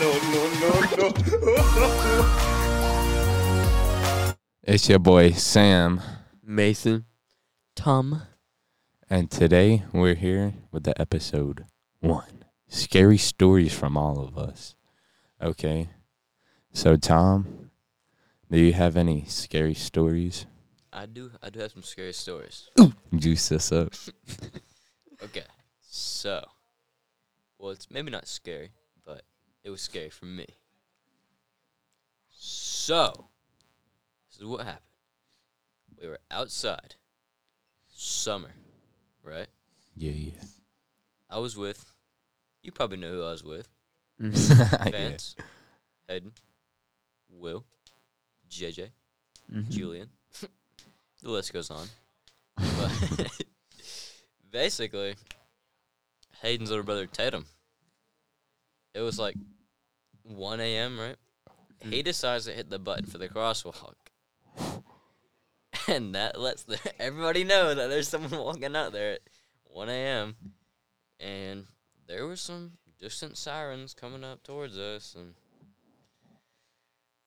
no, no, no, no. It's your boy Sam, Mason. Tom. and today we're here with the episode one Scary Stories from All of Us. Okay, so Tom, do you have any scary stories? I do I do have some scary stories. Juice us up. Okay. So well it's maybe not scary, but it was scary for me. So this is what happened. We were outside. Summer, right? Yeah, yeah. I was with you probably know who I was with. yeah. Vance, Hayden, Will, JJ, Julian. the list goes on. But basically, Hayden's little brother Tatum. It was like 1 a.m., right? He decides to hit the button for the crosswalk. And that lets the, everybody know that there's someone walking out there at 1 a.m. And there were some distant sirens coming up towards us. And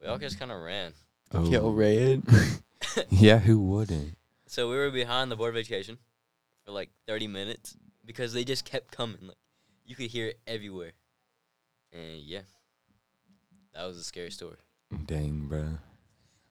we all just kind of ran. Oh. Yo, Red. yeah, who wouldn't? So we were behind the board of education for like 30 minutes because they just kept coming. Like you could hear it everywhere. And yeah, that was a scary story. Dang, bro.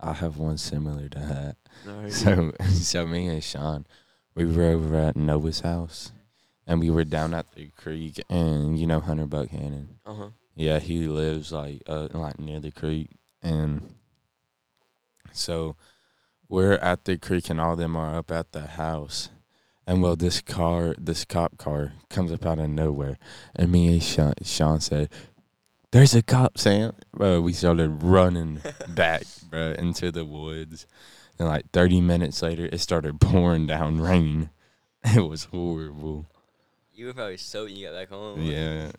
I have one similar to that. Alright. So, so me and Sean, we were over at Noah's house, and we were down at the creek, and you know Hunter Buckhannon. Uh Uh-huh. huh. Yeah, he lives like uh, like near the creek, and so we're at the creek, and all them are up at the house, and well, this car, this cop car, comes up out of nowhere, and me and Sean, Sean said, "There's a cop, Sam!" Bro, we started running back, bro, into the woods, and like thirty minutes later, it started pouring down rain. It was horrible. You were probably so when you got back home. like, Yeah.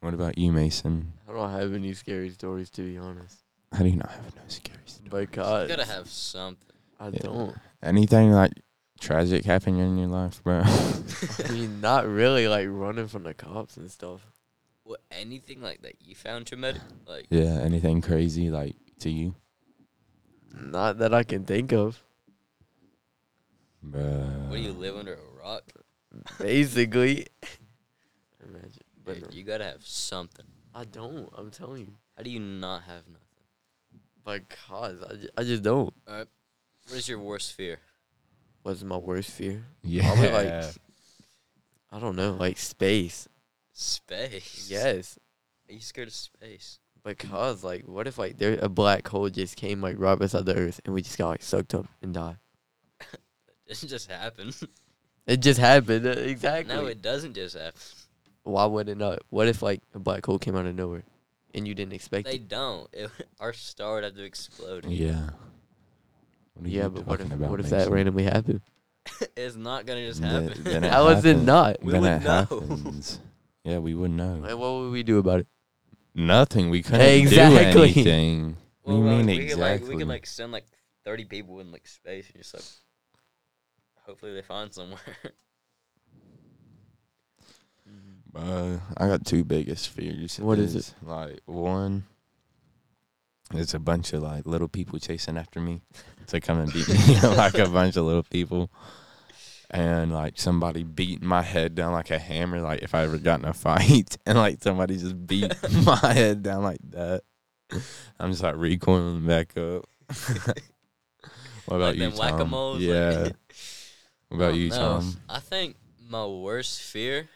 What about you, Mason? I don't have any scary stories to be honest. How do you not have no scary stories? Because You gotta have something. I Yeah. don't. Anything like tragic happening in your life, bro? I mean, not really like running from the cops and stuff. Well, anything like that you found traumatic? Like, yeah, anything crazy like to you, Not that I can think of. bro? what do you live under a rock? Basically. Imagine. But no, Dude, you gotta have something. I don't. I'm telling you. How do you not have nothing? Because I just, I just don't. What is your worst fear? What's my worst fear? Yeah, Probably, like, I don't know. Like space. Space. Yes. Are you scared of space? Because like, what if like there a black hole just came like right beside the Earth and we just got like sucked up and died? It just happened. It just happened. uh, Exactly. no, it doesn't just happen. Why would it not? What if like a black hole came out of nowhere and you didn't expect They it? don't. It, our star would have to explode. yeah. What are Yeah, you but what if talking about, what if that Mason? randomly happened? it's not gonna just Then- happen. then it How is it happens. not? We then would it know. happens. Yeah, we wouldn't know. Like, what would we do about it? Nothing. We couldn't do Exactly. anything. Well, we like, mean we could, like, exactly. we can like send like thirty people in like space and just like hopefully they find somewhere. Uh, I got two biggest fears. What is it? Like one, it's a bunch of like little people chasing after me to come and beat me. like a bunch of little people, and like somebody beating my head down like a hammer. Like if I ever got in a fight, and like somebody just beat my head down like that, I'm just like recoiling back up. what about Like you, them whack-a-moles, Tom? like- Yeah. Oh, what I about don't you, know. Tom? I think my worst fear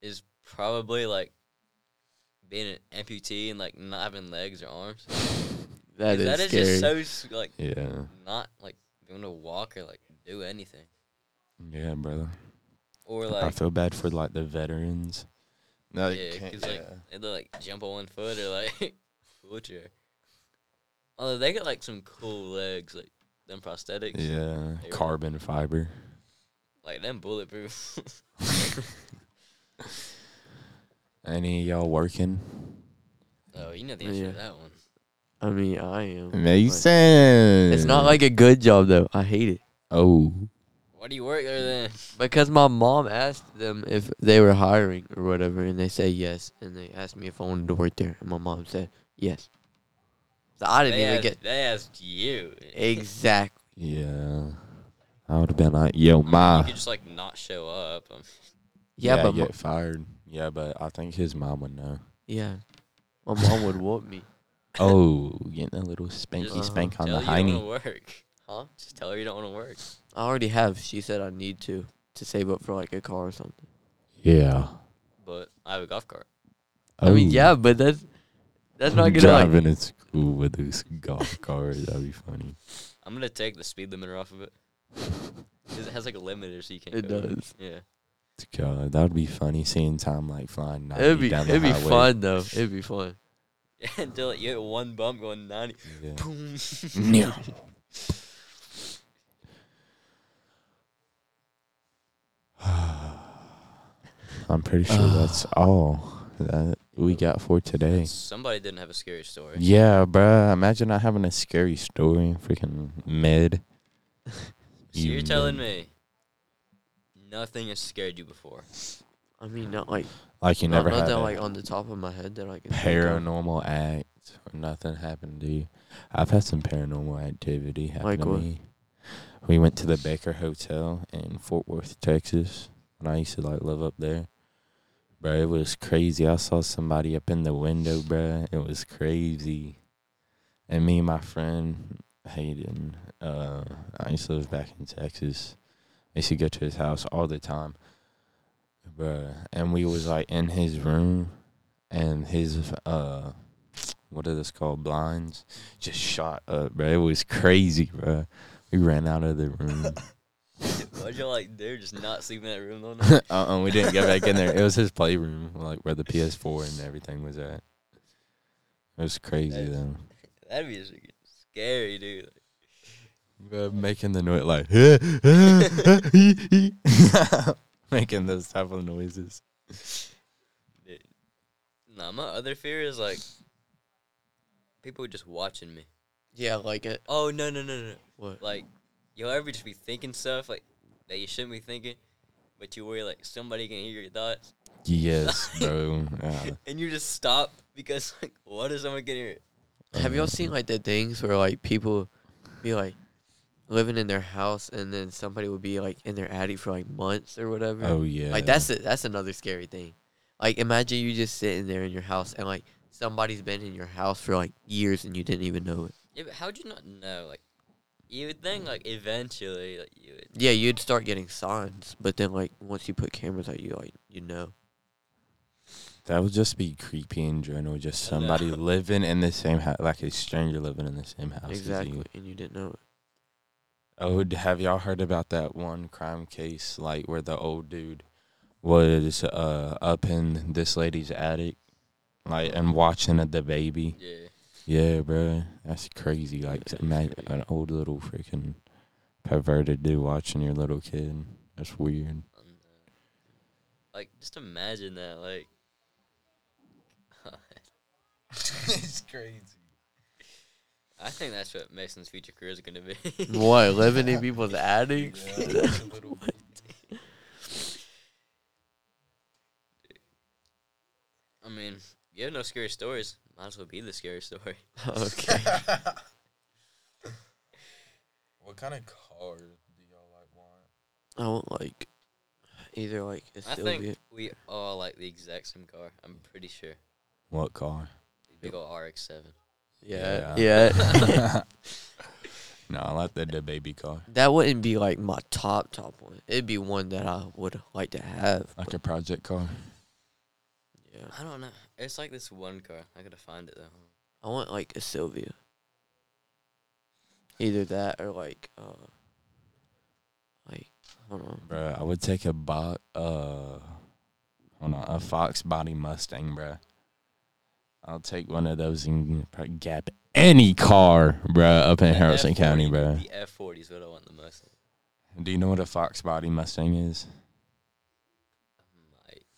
is probably like being an amputee and like not having legs or arms. 'Cause That is, that is scary. just so s- like Yeah, not like being able to walk or like do anything yeah, brother. or I like feel bad for like the veterans. No, Yeah, 'cause, like, They look like jump on one foot or like wheelchair. Although they got like some cool legs, like them prosthetics, yeah, They- carbon fiber. like them bulletproof. Any of y'all working? oh, you know the answer Yeah. to that one. I mean, I am. Makes Like, sense. It's not like a good job though. I hate it. oh, Why do you work there then? Because my mom asked them if they were hiring or whatever, and they said yes. And they asked me if I wanted to work there, and my mom said yes. So I didn't they even asked, get They asked you. exact. Yeah. I would have been like, yo, you ma. could just like not show up. Um, Yeah, but get mo- fired. Yeah, but I think his mom would know. yeah, my mom would whoop me. Oh, getting a little spanky Just spank on tell the her you don't hiney. want to work. Huh? Just tell her you don't want to work. I already have. She said I need to to save up for like a car or something. Yeah. But I have a golf cart. I Oh. mean, yeah, but that's that's not gonna like. driving at school with this golf cart. That'd be funny. I'm gonna take the speed limiter off of it. 'Cause it has like a limiter, so you can't. It go over does. Yeah. God, that'd be funny seeing time like flying. 90 It'd be down the it'd be highway. fun though. It'd be fun. Until like, you hit one bump going 90. Yeah. Boom. No. I'm pretty sure Uh. that's all that we got for today. Somebody didn't have a scary story. Yeah, bruh. Imagine not having a scary story. Freaking med. So You you're telling know. me nothing has scared you before? I mean, not like Like you not, never not had that a like on the top of my head that I can. think of. paranormal act or nothing happened to you. I've had some paranormal activity happen Like to what? me. We went to the Baker Hotel in Fort Worth, Texas, when I used to like live up there. Bro, it was crazy. I saw somebody up in the window, bro. It was crazy. And me and my friend Hayden, uh, I used to live back in Texas. I used to go to his house all the time, bro. And we was like in his room, and his uh, what are those called blinds? Just shot up, bro. It was crazy, bro. We ran out of the room. Why'd you like, dude, just not sleep in that room all night? uh-uh, we didn't get back in there. It was his playroom, like where the PS4 and everything was at. It was crazy Nice. though. That'd be s- scary, dude. Uh, making the noise like making those type of noises. Dude. Nah, my other fear is like people just watching me. Yeah, like it. Oh no no no no! What? Like you'll ever just be thinking stuff like that you shouldn't be thinking, but you worry like somebody can hear your thoughts, Yes, bro. Yeah. and you just stop because like what if someone can hear it? Have y'all seen like the things where like people be like living in their house and then somebody would be like in their attic for like months or whatever? Oh yeah. Like that's a, that's another scary thing. Like imagine you just sitting there in your house and like somebody's been in your house for like years and you didn't even know it. Yeah, but how'd you not know? Like you would think like eventually like you would. Yeah, you'd start getting signs, but then like once you put cameras out, you like you know. that would just be creepy in general. Just I know. somebody living in the same house, like a stranger living in the same house. as you. Exactly, and you didn't know it. Oh, d- have y'all heard about that one crime case, like where the old dude was uh up in this lady's attic, like and watching the baby? Yeah. Yeah, bro, that's crazy. Like, That is imagine crazy. an old little freaking perverted dude watching your little kid. That's weird. Um, like just imagine that. Like it's crazy. I think that's what Mason's future career is gonna be. What living in people's attics? I mean, you have no scary stories. Might as well be the scary story. okay. What kind of car do y'all like want? I want like either like a I Sylvia. think we all like the exact same car. I'm pretty sure. What car? Big ol' RX-7. Yeah, yeah. Yeah. No, I like the, the baby car, that wouldn't be like my top top one. It'd be one that I would like to have. like a project car. Yeah, I don't know. It's like this one car. I gotta find it though. I want like a Sylvia. Either that or like, uh, like I don't know. Bruh, I would take a bo- uh hold on, a Fox Body Mustang, bruh. I'll take one of those and pr- gap any car, bruh, up in The Harrison F40 County, bruh. The F40 is what I want the most. Do you know what a Fox Body Mustang is? I might.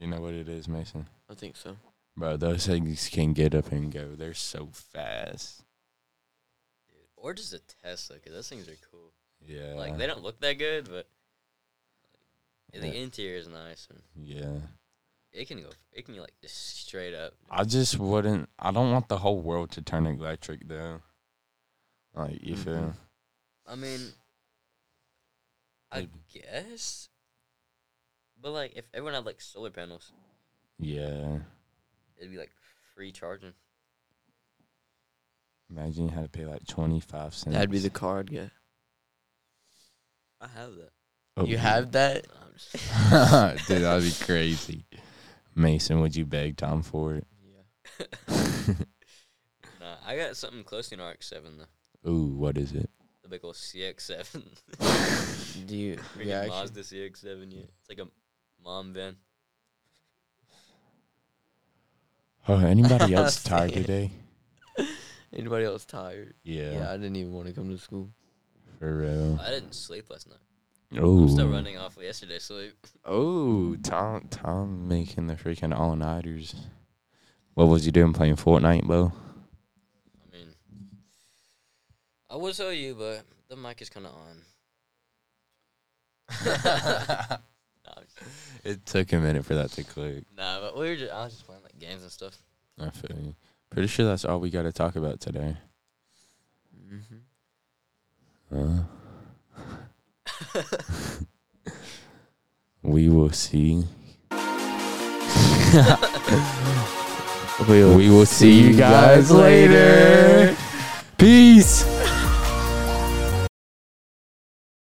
You know what it is, Mason? I think so. Bro, those things can get up and go. They're so fast. Or just a Tesla, because those things are cool. Yeah. Like they don't look that good, but the Yeah. interior is nice. And yeah. it can go. It can be like just straight up. I just wouldn't. I don't want the whole world to turn electric though. Like you Mhm. feel? I mean, I Maybe. guess. But like, if everyone had like solar panels, Yeah. it'd be like free charging. Imagine you had to pay like twenty five cents. That'd be the car I'd get. I have that. Oh, You have that? No, I'm just Dude, that'd be crazy. Mason, would you beg Tom for it? Yeah. nah, I got something close to an RX-7 though. Ooh, what is it? The big old CX-7. Do you? Freaking Yeah. actually- Mazda CX-7. Yeah, it's like a mom van. Oh, anybody else See tired it. today? Anybody else tired? Yeah, Yeah. I didn't even want to come to school. for real. I didn't sleep last night. Ooh. I'm still running off of yesterday's sleep. Oh, Tom, Tom making the freaking all nighters. What was you doing playing Fortnite, bro? I mean, I would tell you, but the mic is kind of on. Nah, I'm just- It took a minute for that to click. nah, but we were just, I was just playing like games and stuff. I feel you. Pretty sure that's all we got to talk about today. Mm-hmm. Huh? we will see. We'll We will see you guys later. Peace.